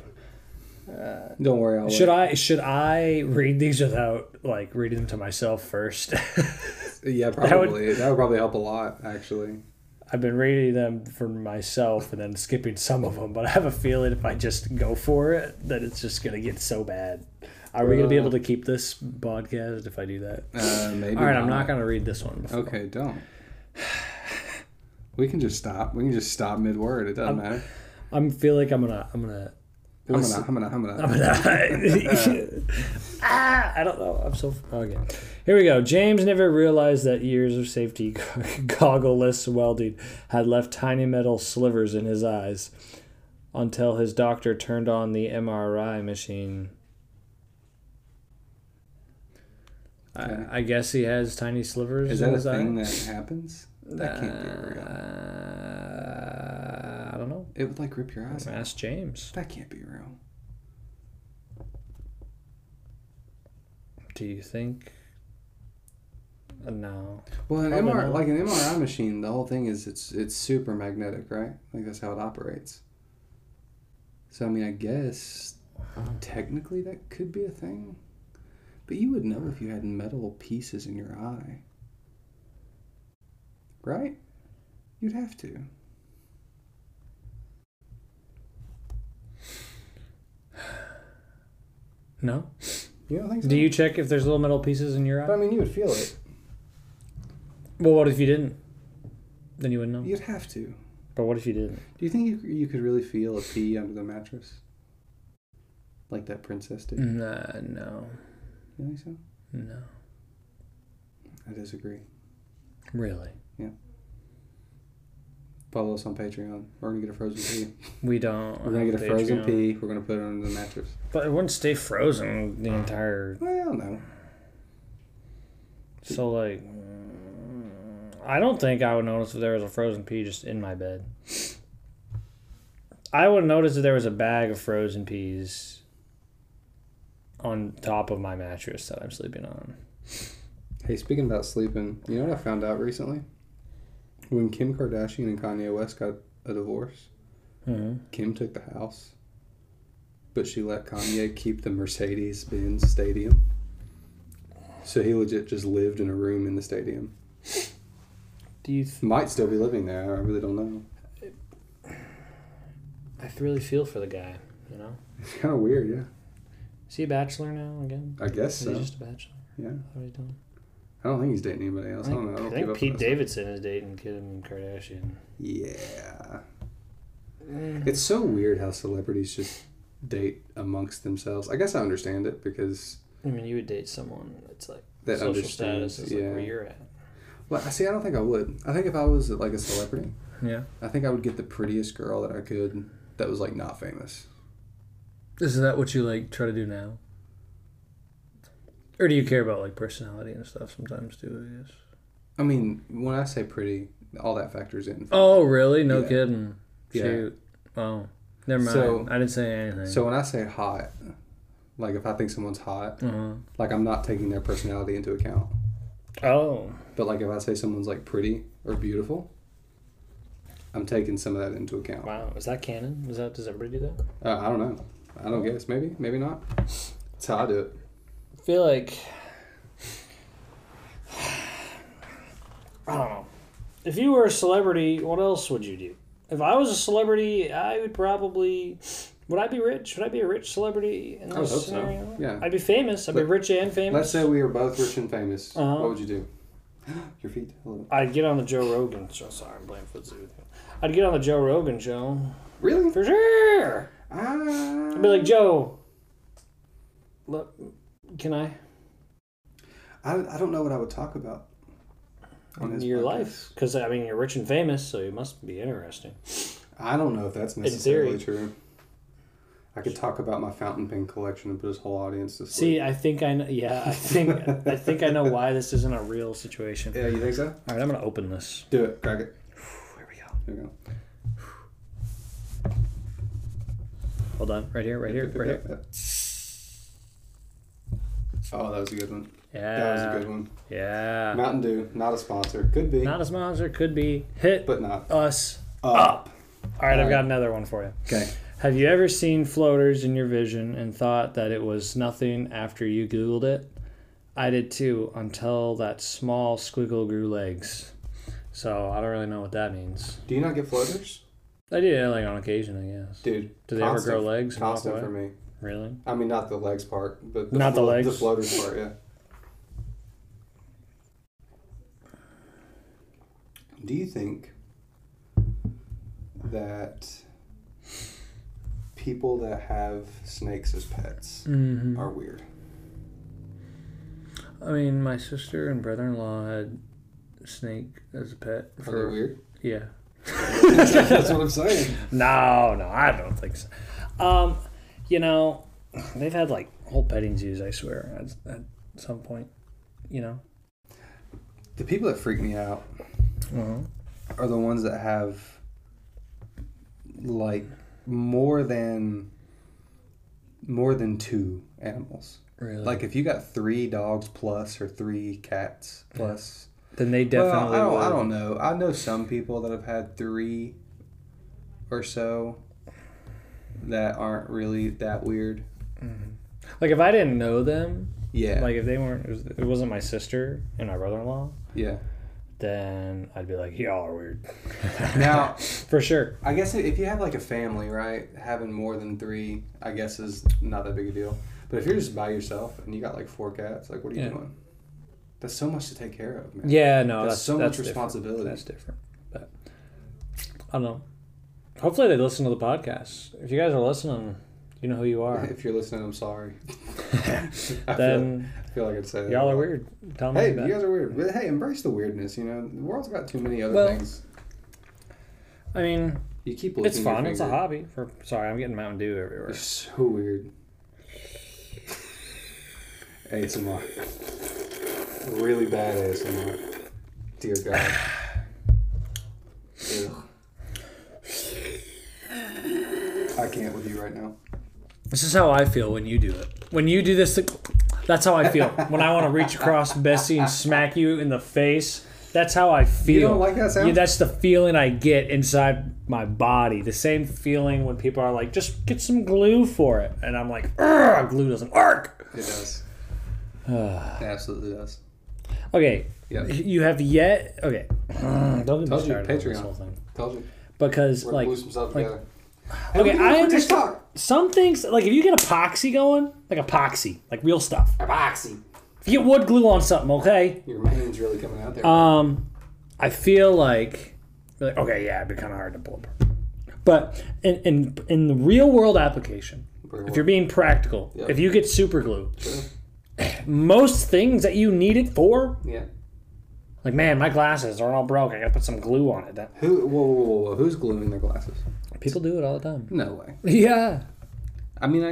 Speaker 2: Don't worry. I'll
Speaker 1: Should I should I read these without like reading them to myself first? <laughs>
Speaker 2: Yeah, probably.
Speaker 1: That would-
Speaker 2: that would probably help a lot, actually.
Speaker 1: I've been reading them for myself and then skipping some of them, but I have a feeling if I just go for it, that it's just gonna get so bad. Are we gonna be
Speaker 2: Uh,
Speaker 1: able to keep this podcast if I do that?
Speaker 2: Uh, maybe.
Speaker 1: All right, I'm not gonna read this one. before-
Speaker 2: Okay, don't. <sighs> We can just stop. We can just stop mid word. It doesn't matter.
Speaker 1: I'm feel like I'm gonna I'm gonna
Speaker 2: I'm gonna, I'm gonna, I'm gonna.
Speaker 1: I'm
Speaker 2: <laughs>
Speaker 1: gonna. ah, I don't know. I'm so okay. Here we go. James never realized that years of safety <laughs> goggleless welding had left tiny metal slivers in his eyes, until his doctor turned on the MRI machine.
Speaker 2: Okay.
Speaker 1: I, I guess he has tiny slivers
Speaker 2: Is
Speaker 1: in
Speaker 2: that a
Speaker 1: his
Speaker 2: thing
Speaker 1: eye.
Speaker 2: that happens? That can't be real.
Speaker 1: Uh, I don't know.
Speaker 2: It would like rip your eyes. out.
Speaker 1: Ask James.
Speaker 2: That can't be real.
Speaker 1: Do you think? Uh, No.
Speaker 2: Well, an
Speaker 1: Probably
Speaker 2: MRI,
Speaker 1: not.
Speaker 2: like an MRI machine, the whole thing is it's it's super magnetic, right? Like that's how it operates. So I mean, I guess technically that could be a thing, but you would know if you had metal pieces in your eye, right? You'd have to.
Speaker 1: No.
Speaker 2: You don't think so?
Speaker 1: Do you check if there's little metal pieces in your eye?
Speaker 2: But I mean, you would
Speaker 1: <laughs>
Speaker 2: feel it.
Speaker 1: Well, what if you didn't? Then you wouldn't know.
Speaker 2: You'd have to.
Speaker 1: But what if you didn't?
Speaker 2: Do you think you, you could really feel a pee under the mattress? Like that princess
Speaker 1: Mm.
Speaker 2: did?
Speaker 1: Nah, no,
Speaker 2: You think so?
Speaker 1: no.
Speaker 2: I disagree.
Speaker 1: Really?
Speaker 2: Follow us on Patreon. We're going to get a frozen
Speaker 1: <laughs>
Speaker 2: pee.
Speaker 1: We don't.
Speaker 2: We're going to
Speaker 1: have
Speaker 2: get a frozen
Speaker 1: Patreon.
Speaker 2: pee. We're going to put it under the mattress.
Speaker 1: But it wouldn't stay frozen the entire.
Speaker 2: Well, no.
Speaker 1: So like, mm, I don't think I would notice if there was a frozen pea just in my bed. I would notice if there was a bag of frozen peas on top of my mattress that I'm sleeping on.
Speaker 2: Hey, speaking about sleeping, you know what I found out recently? When Kim Kardashian and Kanye West got a divorce,
Speaker 1: Mm-hmm.
Speaker 2: Kim took the house, but she let Kanye keep the Mercedes Benz Stadium. So he legit just lived in a room in the stadium.
Speaker 1: Do you?
Speaker 2: Might still be living there. I really don't know. <laughs>
Speaker 1: I really feel for the guy. You know,
Speaker 2: It's kind of weird, yeah.
Speaker 1: is he a bachelor now again?
Speaker 2: I guess
Speaker 1: Is
Speaker 2: so.
Speaker 1: he just a bachelor?
Speaker 2: Yeah.
Speaker 1: What are you doing?
Speaker 2: I don't think he's dating anybody
Speaker 1: I
Speaker 2: else. I, don't
Speaker 1: think,
Speaker 2: know. I
Speaker 1: I
Speaker 2: don't
Speaker 1: think
Speaker 2: keep up
Speaker 1: Pete
Speaker 2: with that
Speaker 1: Davidson is dating Kim Kardashian.
Speaker 2: stuff. Yeah. It's so weird how celebrities just date amongst themselves. I guess I understand it because
Speaker 1: I mean, you would date someone that's like
Speaker 2: that
Speaker 1: social
Speaker 2: understands.
Speaker 1: status is
Speaker 2: yeah.
Speaker 1: like where you're at.
Speaker 2: Well, I see. I don't think I would. I think if I was like a celebrity,
Speaker 1: Yeah.
Speaker 2: I think I would get the prettiest girl that I could that was like not famous.
Speaker 1: Is that what you like try to do now? Or do you care about like personality and stuff sometimes too? I guess.
Speaker 2: I mean, when I say pretty, all that factors in.
Speaker 1: Oh, really? No
Speaker 2: Yeah.
Speaker 1: kidding.
Speaker 2: Yeah.
Speaker 1: Shoot. Oh, never mind.
Speaker 2: So-
Speaker 1: I didn't say anything.
Speaker 2: So when I say hot, like if I think someone's hot,
Speaker 1: uh-huh.
Speaker 2: like I'm not taking their personality into account.
Speaker 1: Oh,
Speaker 2: But like if I say someone's like pretty or beautiful, I'm taking some of that into account.
Speaker 1: wow. Is that canon? Is that does everybody do that?
Speaker 2: Uh, I don't know. I don't guess. Maybe. Maybe not. That's how I do it.
Speaker 1: I feel like I don't know. If you were a celebrity, what else would you do? If I was a celebrity, I would probably would I be rich? Would I be a rich celebrity in
Speaker 2: I would
Speaker 1: this
Speaker 2: hope so.
Speaker 1: scenario?
Speaker 2: Yeah.
Speaker 1: I'd be famous. I'd be
Speaker 2: Let-
Speaker 1: rich and
Speaker 2: Let's
Speaker 1: famous.
Speaker 2: say we were both rich and famous.
Speaker 1: Uh-huh.
Speaker 2: What would you do? <gasps> Your feet. Hello.
Speaker 1: I'd get on the Joe Rogan show. Sorry, I'm playing footsie with you. I'd get on the Joe Rogan show
Speaker 2: Really?
Speaker 1: for sure.
Speaker 2: Ah.
Speaker 1: I'd be like Joe. Look, can I?
Speaker 2: I, I don't know what I would talk about. on his
Speaker 1: Your
Speaker 2: podcast.
Speaker 1: life, because I mean, you're rich and famous, so you must be interesting.
Speaker 2: I don't know if that's
Speaker 1: theory.
Speaker 2: necessarily true. I could talk about my fountain pen collection and put his whole audience to
Speaker 1: See,
Speaker 2: sleep.
Speaker 1: I think I know. Yeah, <laughs> I think I think I know why this isn't a real situation.
Speaker 2: yeah, you think so?
Speaker 1: All right, I'm gonna open this.
Speaker 2: Do it. Crack it.
Speaker 1: Here we go.
Speaker 2: There you go.
Speaker 1: Hold on, right here, right here, right here.
Speaker 2: Oh, that was a good one.
Speaker 1: Yeah,
Speaker 2: That was a good one.
Speaker 1: yeah.
Speaker 2: Mountain Dew, not a sponsor. Could be,
Speaker 1: Not as monster could be hit
Speaker 2: but not.
Speaker 1: us
Speaker 2: Up.
Speaker 1: up. All right, I've got another one for you.
Speaker 2: Okay.
Speaker 1: Have you ever seen floaters in your vision and thought that it was nothing after you Googled it? I did too until that small squiggle grew legs. So I don't really know what that means.
Speaker 2: Do you not get floaters?
Speaker 1: I do like on occasion, I guess.
Speaker 2: Dude.
Speaker 1: Do they ever grow legs? and walk
Speaker 2: Constant
Speaker 1: away?
Speaker 2: for me.
Speaker 1: Really?
Speaker 2: I mean, not the legs part, but
Speaker 1: Not the legs.
Speaker 2: The floaters part, yeah. Do you think that people that have snakes as pets
Speaker 1: Mm-hmm.
Speaker 2: are weird?
Speaker 1: I mean, my sister and brother in law had snake as a pet
Speaker 2: Are they weird?
Speaker 1: yeah.
Speaker 2: That's what I'm saying.
Speaker 1: No, no, I don't think so. Um, you know, they've had like whole petting zoos. I swear, at, at some point, you know.
Speaker 2: The people that freak me out Mm-hmm. are the ones that have like more than more than two animals.
Speaker 1: Really?
Speaker 2: Like if you got three dogs plus or three cats plus.
Speaker 1: then they
Speaker 2: Well,
Speaker 1: definitely.
Speaker 2: I don't, I
Speaker 1: would.
Speaker 2: don't know. I know some people that have had three or so that aren't really that weird.
Speaker 1: Like if I didn't know them,
Speaker 2: Yeah.
Speaker 1: like if they weren't, it, was, it wasn't my sister and my brother in law, <laughs>
Speaker 2: yeah.
Speaker 1: then I'd be like, y'all are weird, <laughs>
Speaker 2: Now,
Speaker 1: for sure.
Speaker 2: I guess if you have like a family, right, having more than three, I guess is not that big a deal. But if you're just by yourself and you got like four cats, like what are you
Speaker 1: Yeah.
Speaker 2: doing? That's so much to take care of, man.
Speaker 1: Yeah, no,
Speaker 2: that's,
Speaker 1: that's
Speaker 2: so much
Speaker 1: that's different.
Speaker 2: responsibility.
Speaker 1: That's different. But I don't know. Hopefully they listen to the podcast. If you guys are listening, you know who you are.
Speaker 2: <laughs> If you're listening, I'm sorry. <laughs> I, feel,
Speaker 1: then
Speaker 2: I feel like I'd say that.
Speaker 1: y'all are weird. Tell me
Speaker 2: Hey,
Speaker 1: about
Speaker 2: you
Speaker 1: it.
Speaker 2: guys are weird. But hey, embrace the weirdness. You know, the world's got too many other
Speaker 1: Well-
Speaker 2: things.
Speaker 1: I mean,
Speaker 2: You keep looking.
Speaker 1: it's fun. It's a hobby. For sorry, I'm getting Mountain Dew everywhere.
Speaker 2: It's so weird. ASMR. Really bad ASMR. Dear God. Ugh. I can't with you right now.
Speaker 1: This is how I feel when you do it. When you do this, that's how I feel. When I want
Speaker 2: <laughs>
Speaker 1: to reach across Bessie and smack you in the face, that's how I feel.
Speaker 2: You don't like that sound?
Speaker 1: Yeah, that's the feeling I get inside my body. The same feeling when people are like, just get some glue for it. And I'm like, "Ugh, glue doesn't work.
Speaker 2: It <sighs> does. it absolutely does.
Speaker 1: Okay.
Speaker 2: Yeah.
Speaker 1: You have yet. Okay. Ugh, Mm, don't get me
Speaker 2: Told you,
Speaker 1: started on this
Speaker 2: Patreon.
Speaker 1: whole thing.
Speaker 2: Told you.
Speaker 1: Because,
Speaker 2: We're
Speaker 1: like,
Speaker 2: gonna glue some stuff
Speaker 1: like-
Speaker 2: together.
Speaker 1: okay,
Speaker 2: Hey, what do you
Speaker 1: I
Speaker 2: do for
Speaker 1: understand.
Speaker 2: TikTok?
Speaker 1: Some things, like, if you get epoxy going, like epoxy, like real stuff.
Speaker 2: Epoxy.
Speaker 1: If you get wood glue on something, okay?
Speaker 2: Your man's really coming out there.
Speaker 1: Um, I feel like, like okay, yeah, it'd be kind of hard to pull apart. But in, in in the real world application, if you're being practical,
Speaker 2: Yeah.
Speaker 1: if you get super glue, most things that you need it for,
Speaker 2: yeah.
Speaker 1: like man, my glasses are all broke. I gotta put some glue on it. That
Speaker 2: Who? Whoa, whoa, whoa, whoa! Who's gluing their glasses?
Speaker 1: people do it all the time.
Speaker 2: No way.
Speaker 1: Yeah,
Speaker 2: I mean,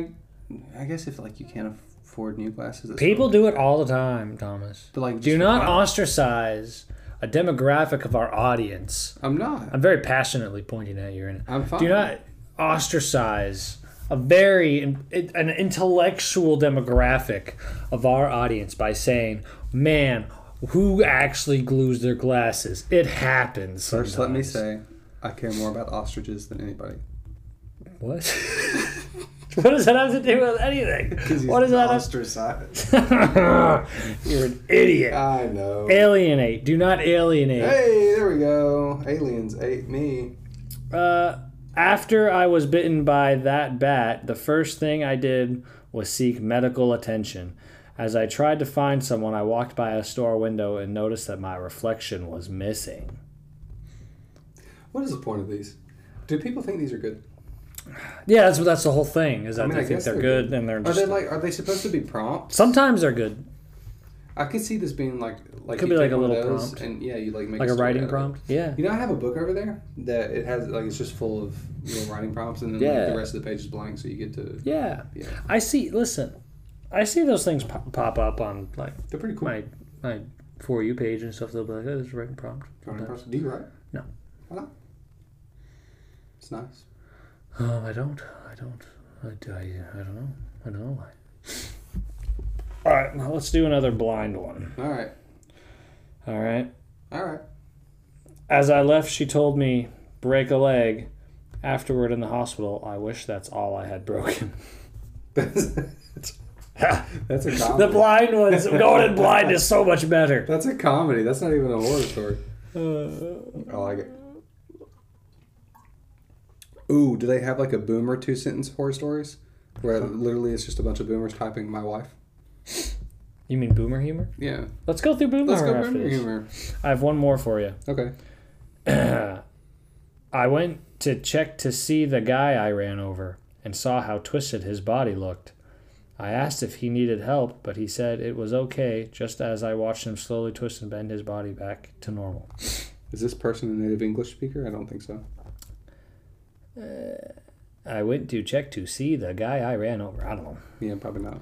Speaker 2: I, I guess if like you can't afford new glasses, that's
Speaker 1: people do it all the time, Thomas.
Speaker 2: But, like,
Speaker 1: do
Speaker 2: just-
Speaker 1: not ostracize a demographic of our audience.
Speaker 2: I'm not.
Speaker 1: I'm very passionately pointing at you right now.
Speaker 2: I'm fine.
Speaker 1: do not ostracize a very an intellectual demographic of our audience by saying, "Man, who actually glues their glasses? It happens."
Speaker 2: First, let me
Speaker 1: sometimes."
Speaker 2: say, I care more about ostriches than anybody.
Speaker 1: what. <laughs> What does that have to do with anything? What does that have?
Speaker 2: Ostracized.
Speaker 1: <laughs> You're an idiot.
Speaker 2: I know.
Speaker 1: Alienate. Do not alienate.
Speaker 2: Hey, there we go. Aliens ate me.
Speaker 1: Uh, after I was bitten by that bat, the first thing I did was seek medical attention. As I tried to find someone, I walked by a store window and noticed that my reflection was missing.
Speaker 2: What is the point of these? Do people think these are good?
Speaker 1: Yeah, that's that's the whole thing. Is that
Speaker 2: mean, I
Speaker 1: they think
Speaker 2: guess
Speaker 1: they're,
Speaker 2: they're
Speaker 1: good, and they're
Speaker 2: Are
Speaker 1: just
Speaker 2: they like? Are they supposed to be prompts?
Speaker 1: sometimes they're good,
Speaker 2: I could see this being like like
Speaker 1: Could
Speaker 2: you
Speaker 1: be like
Speaker 2: take
Speaker 1: a
Speaker 2: one of
Speaker 1: little
Speaker 2: those
Speaker 1: prompt.
Speaker 2: and yeah, you like make
Speaker 1: like a
Speaker 2: story out
Speaker 1: writing
Speaker 2: of it.
Speaker 1: prompt. Yeah,
Speaker 2: You know, I have a book over there that it has like it's just full of little writing prompts, and then like,
Speaker 1: Yeah.
Speaker 2: the rest of the page is blank, so you get to.
Speaker 1: yeah.
Speaker 2: Yeah.
Speaker 1: I see. Listen, I see those things pop, pop up on like
Speaker 2: They're pretty cool.
Speaker 1: my my for you page and stuff. They'll be like, "Oh, this is a writing prompt."
Speaker 2: Writing prompts. Do you write?
Speaker 1: No.
Speaker 2: Why not? It's nice.
Speaker 1: Um, I don't. I don't. I, do- I, I don't know. I don't know why. All right, now let's do another blind one.
Speaker 2: All right.
Speaker 1: All right.
Speaker 2: All right. <laughs>
Speaker 1: As I left, she told me, break a leg. Afterward in the hospital, I wish that's all I had broken. <laughs>
Speaker 2: That's, that's a comedy.
Speaker 1: the blind ones, going in blind is so much better.
Speaker 2: that's a comedy. That's not even a horror story.
Speaker 1: Uh,
Speaker 2: I like it. Ooh, do they have like a boomer two sentence horror stories? Where literally it's just a bunch of boomers typing my wife?
Speaker 1: you mean boomer humor?
Speaker 2: Yeah.
Speaker 1: Let's go through boomer
Speaker 2: Let's go
Speaker 1: humor. after
Speaker 2: boomer
Speaker 1: this.
Speaker 2: humor.
Speaker 1: I have one more for you.
Speaker 2: Okay.
Speaker 1: Uh, I went to check to see the guy I ran over and saw how twisted his body looked. I asked if he needed help, but he said it was okay just as I watched him slowly twist and bend his body back to normal.
Speaker 2: Is this person a native English speaker? I don't think so.
Speaker 1: I went to check to see the guy I ran over. I don't know.
Speaker 2: Yeah, probably not.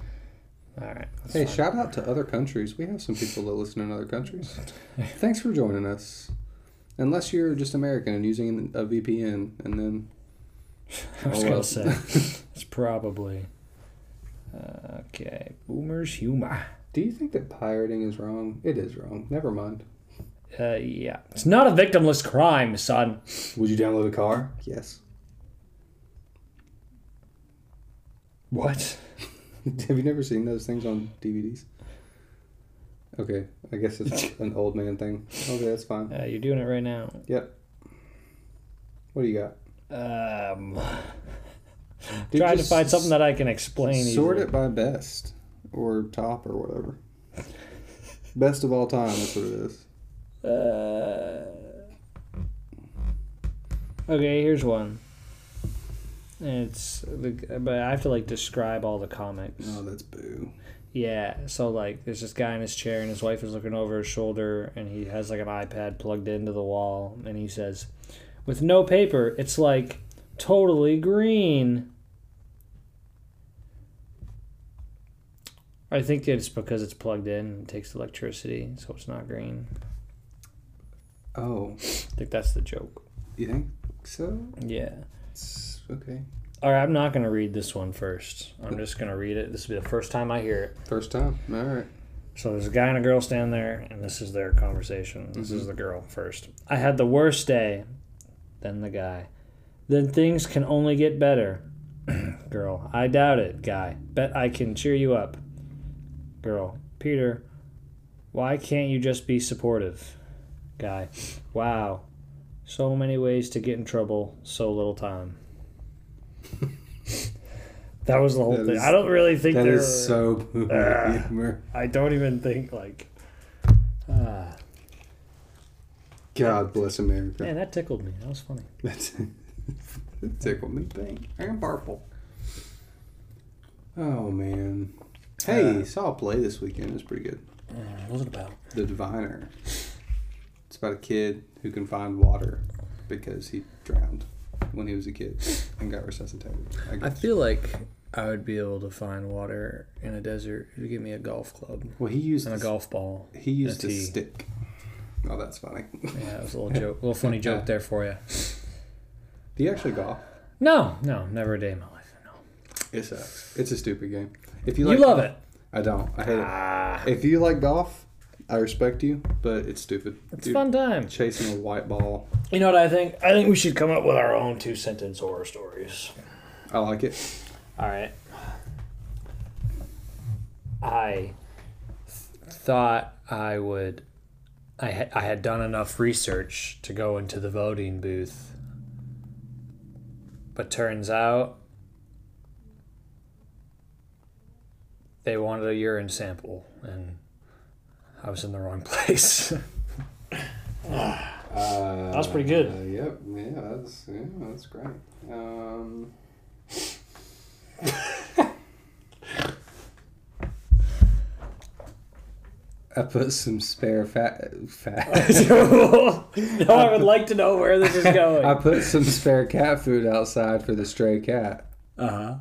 Speaker 1: All right. that's
Speaker 2: Hey,
Speaker 1: fine.
Speaker 2: shout out to other countries. We have some people that listen in
Speaker 1: <laughs>
Speaker 2: other countries. Thanks for joining us. Unless you're just American and using a VPN, and then
Speaker 1: I was
Speaker 2: oh,
Speaker 1: going to
Speaker 2: well.
Speaker 1: say,
Speaker 2: <laughs>
Speaker 1: it's probably. uh, Okay. Boomer's humor.
Speaker 2: do you think that pirating is wrong? It is wrong. Never mind.
Speaker 1: Uh, yeah. It's not a victimless crime, son.
Speaker 2: Would you download a car? Yes. <laughs>
Speaker 1: What?
Speaker 2: have you never seen those things on DVDs? Okay, I guess it's
Speaker 1: <laughs>
Speaker 2: an old man thing. Okay, that's fine.
Speaker 1: Uh, you're doing it right now.
Speaker 2: Yep. What do you got?
Speaker 1: Um,
Speaker 2: Dude,
Speaker 1: trying to
Speaker 2: just
Speaker 1: find something that I can explain.
Speaker 2: Sort
Speaker 1: easily.
Speaker 2: it by best or top or whatever. <laughs> best of all time, that's what it is.
Speaker 1: Uh, Okay, here's one. It's the but I have to like describe all the comics.
Speaker 2: No, Oh, that's boo.
Speaker 1: Yeah, so like there's this guy in his chair and his wife is looking over his shoulder and he has like an iPad plugged into the wall and he says, "With no paper, it's like totally green." I think it's because it's plugged in and it takes electricity, so it's not green.
Speaker 2: Oh,
Speaker 1: I think that's the joke.
Speaker 2: you think so?
Speaker 1: Yeah.
Speaker 2: It's okay.
Speaker 1: All right, I'm not going to read this one first. I'm just going to read it. This will be the first time I hear it.
Speaker 2: First time. All right.
Speaker 1: So there's a guy and a girl standing there, and this is their conversation. This
Speaker 2: Mm-hmm.
Speaker 1: is the girl first. I had the worst day, then the guy. Then things can only get better. <clears throat> girl, I doubt it. Guy, bet I can cheer you up. Girl, Peter, why can't you just be supportive? Guy, wow. So many ways to get in trouble, so little
Speaker 2: <laughs>
Speaker 1: time. that was the whole
Speaker 2: That
Speaker 1: thing.
Speaker 2: is-
Speaker 1: I don't really think
Speaker 2: That
Speaker 1: there
Speaker 2: is
Speaker 1: were-
Speaker 2: so boomer
Speaker 1: Ah.
Speaker 2: <laughs> humor.
Speaker 1: I don't even think like. ah
Speaker 2: God bless America.
Speaker 1: man, that tickled me. That was funny.
Speaker 2: <laughs> That's it. Tickle me pink and purple. Oh man. Hey,
Speaker 1: Uh,
Speaker 2: saw a play this weekend. It was pretty good.
Speaker 1: What was it about?
Speaker 2: The Diviner. It's about a kid who can find water because he drowned when he was a kid and got resuscitated. I
Speaker 1: I
Speaker 2: guess.
Speaker 1: feel like I would be able to find water in a desert if you give me a golf club
Speaker 2: well, he used
Speaker 1: and a
Speaker 2: a
Speaker 1: golf ball.
Speaker 2: he used
Speaker 1: a
Speaker 2: a
Speaker 1: tee.
Speaker 2: stick. Oh, that's funny. <laughs>
Speaker 1: Yeah, it was a little joke, a little <laughs> funny joke there for you.
Speaker 2: Do you actually golf?
Speaker 1: No, no, never a day in my life. No,
Speaker 2: It sucks. It's a stupid game. If
Speaker 1: you,
Speaker 2: you like,
Speaker 1: love it.
Speaker 2: I don't. I hate it.
Speaker 1: Ah,
Speaker 2: If you like golf, I respect you, but it's stupid.
Speaker 1: it's
Speaker 2: Dude,
Speaker 1: fun time.
Speaker 2: Chasing a white ball.
Speaker 1: You know what I think? I think we should come up with our own two sentence horror stories.
Speaker 2: I like it.
Speaker 1: All right. I th- thought I would. I had, I had done enough research to go into the voting booth. But turns out they wanted a urine sample, and I was in the wrong <laughs> place.
Speaker 2: Uh,
Speaker 1: That's pretty good.
Speaker 2: Uh, yep. Yeah, that's yeah, that's great. Um, I put some spare fat.
Speaker 1: <laughs>
Speaker 2: fat.
Speaker 1: no, I would like to know where this is
Speaker 2: I
Speaker 1: going.
Speaker 2: put some spare cat food outside for the stray cat.
Speaker 1: Uh huh.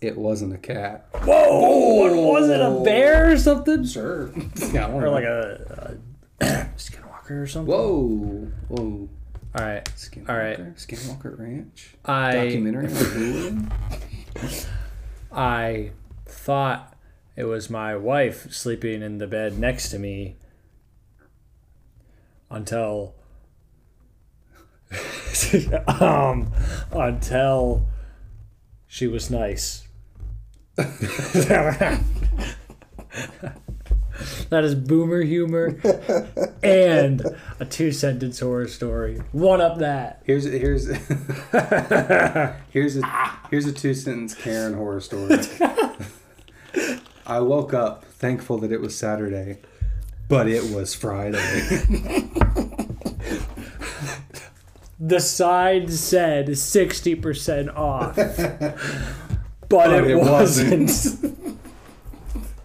Speaker 2: It wasn't a cat.
Speaker 1: Whoa! What was it? A bear or something?
Speaker 2: Sure. yeah, I don't
Speaker 1: or
Speaker 2: know.
Speaker 1: like a, a <clears throat> skinwalker or something.
Speaker 2: Whoa, whoa.
Speaker 1: All right,
Speaker 2: Skinwalker.
Speaker 1: All right.
Speaker 2: Skinwalker Ranch.
Speaker 1: I
Speaker 2: Documentary. on Hulu?
Speaker 1: I thought it was my wife sleeping in the bed next to me until <laughs> um until she was nice. <laughs> that is boomer humor and a two sentence horror story. One up that.
Speaker 2: Here's here's <laughs> here's a here's a two sentence Karen
Speaker 1: <laughs>
Speaker 2: horror story. I woke up thankful that it was Saturday, but it
Speaker 1: <laughs>
Speaker 2: was Friday.
Speaker 1: the sign said 60%
Speaker 2: <laughs>
Speaker 1: off. but, it,
Speaker 2: it
Speaker 1: wasn't.
Speaker 2: wasn't.
Speaker 1: <laughs>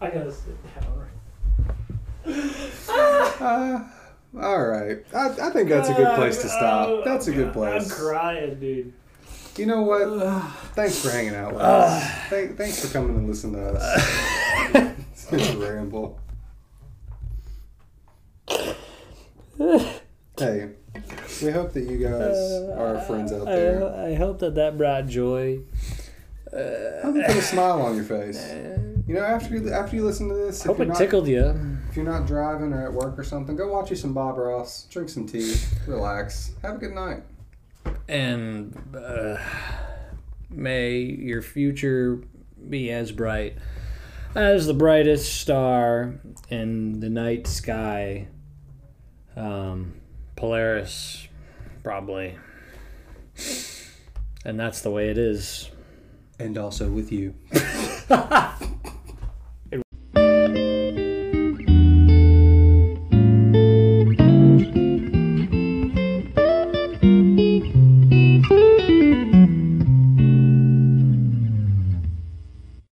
Speaker 1: I gotta sit down. right-
Speaker 2: Uh, All right, I, I think that's a good place to
Speaker 1: Oh,
Speaker 2: stop. That's a good
Speaker 1: I'm
Speaker 2: place.
Speaker 1: crying, dude.
Speaker 2: You know what? Thanks for hanging out with us. Thank, thanks for coming and listening to
Speaker 1: <laughs>
Speaker 2: us. it's a ramble. Hey, we hope that you guys,
Speaker 1: Uh,
Speaker 2: our friends out there,
Speaker 1: I, I hope that that brought joy.
Speaker 2: hope you put a smile on your face. You know, after you, after you listen to this, if
Speaker 1: uh, hope
Speaker 2: you're,
Speaker 1: it
Speaker 2: not,
Speaker 1: tickled you.
Speaker 2: if you're not driving or at work or something, go watch you some Bob Ross, drink some tea, relax, have a good night.
Speaker 1: And uh, may your future be as bright as the brightest star in the night sky. Um, Polaris, probably. And that's the way it is.
Speaker 2: And also with you.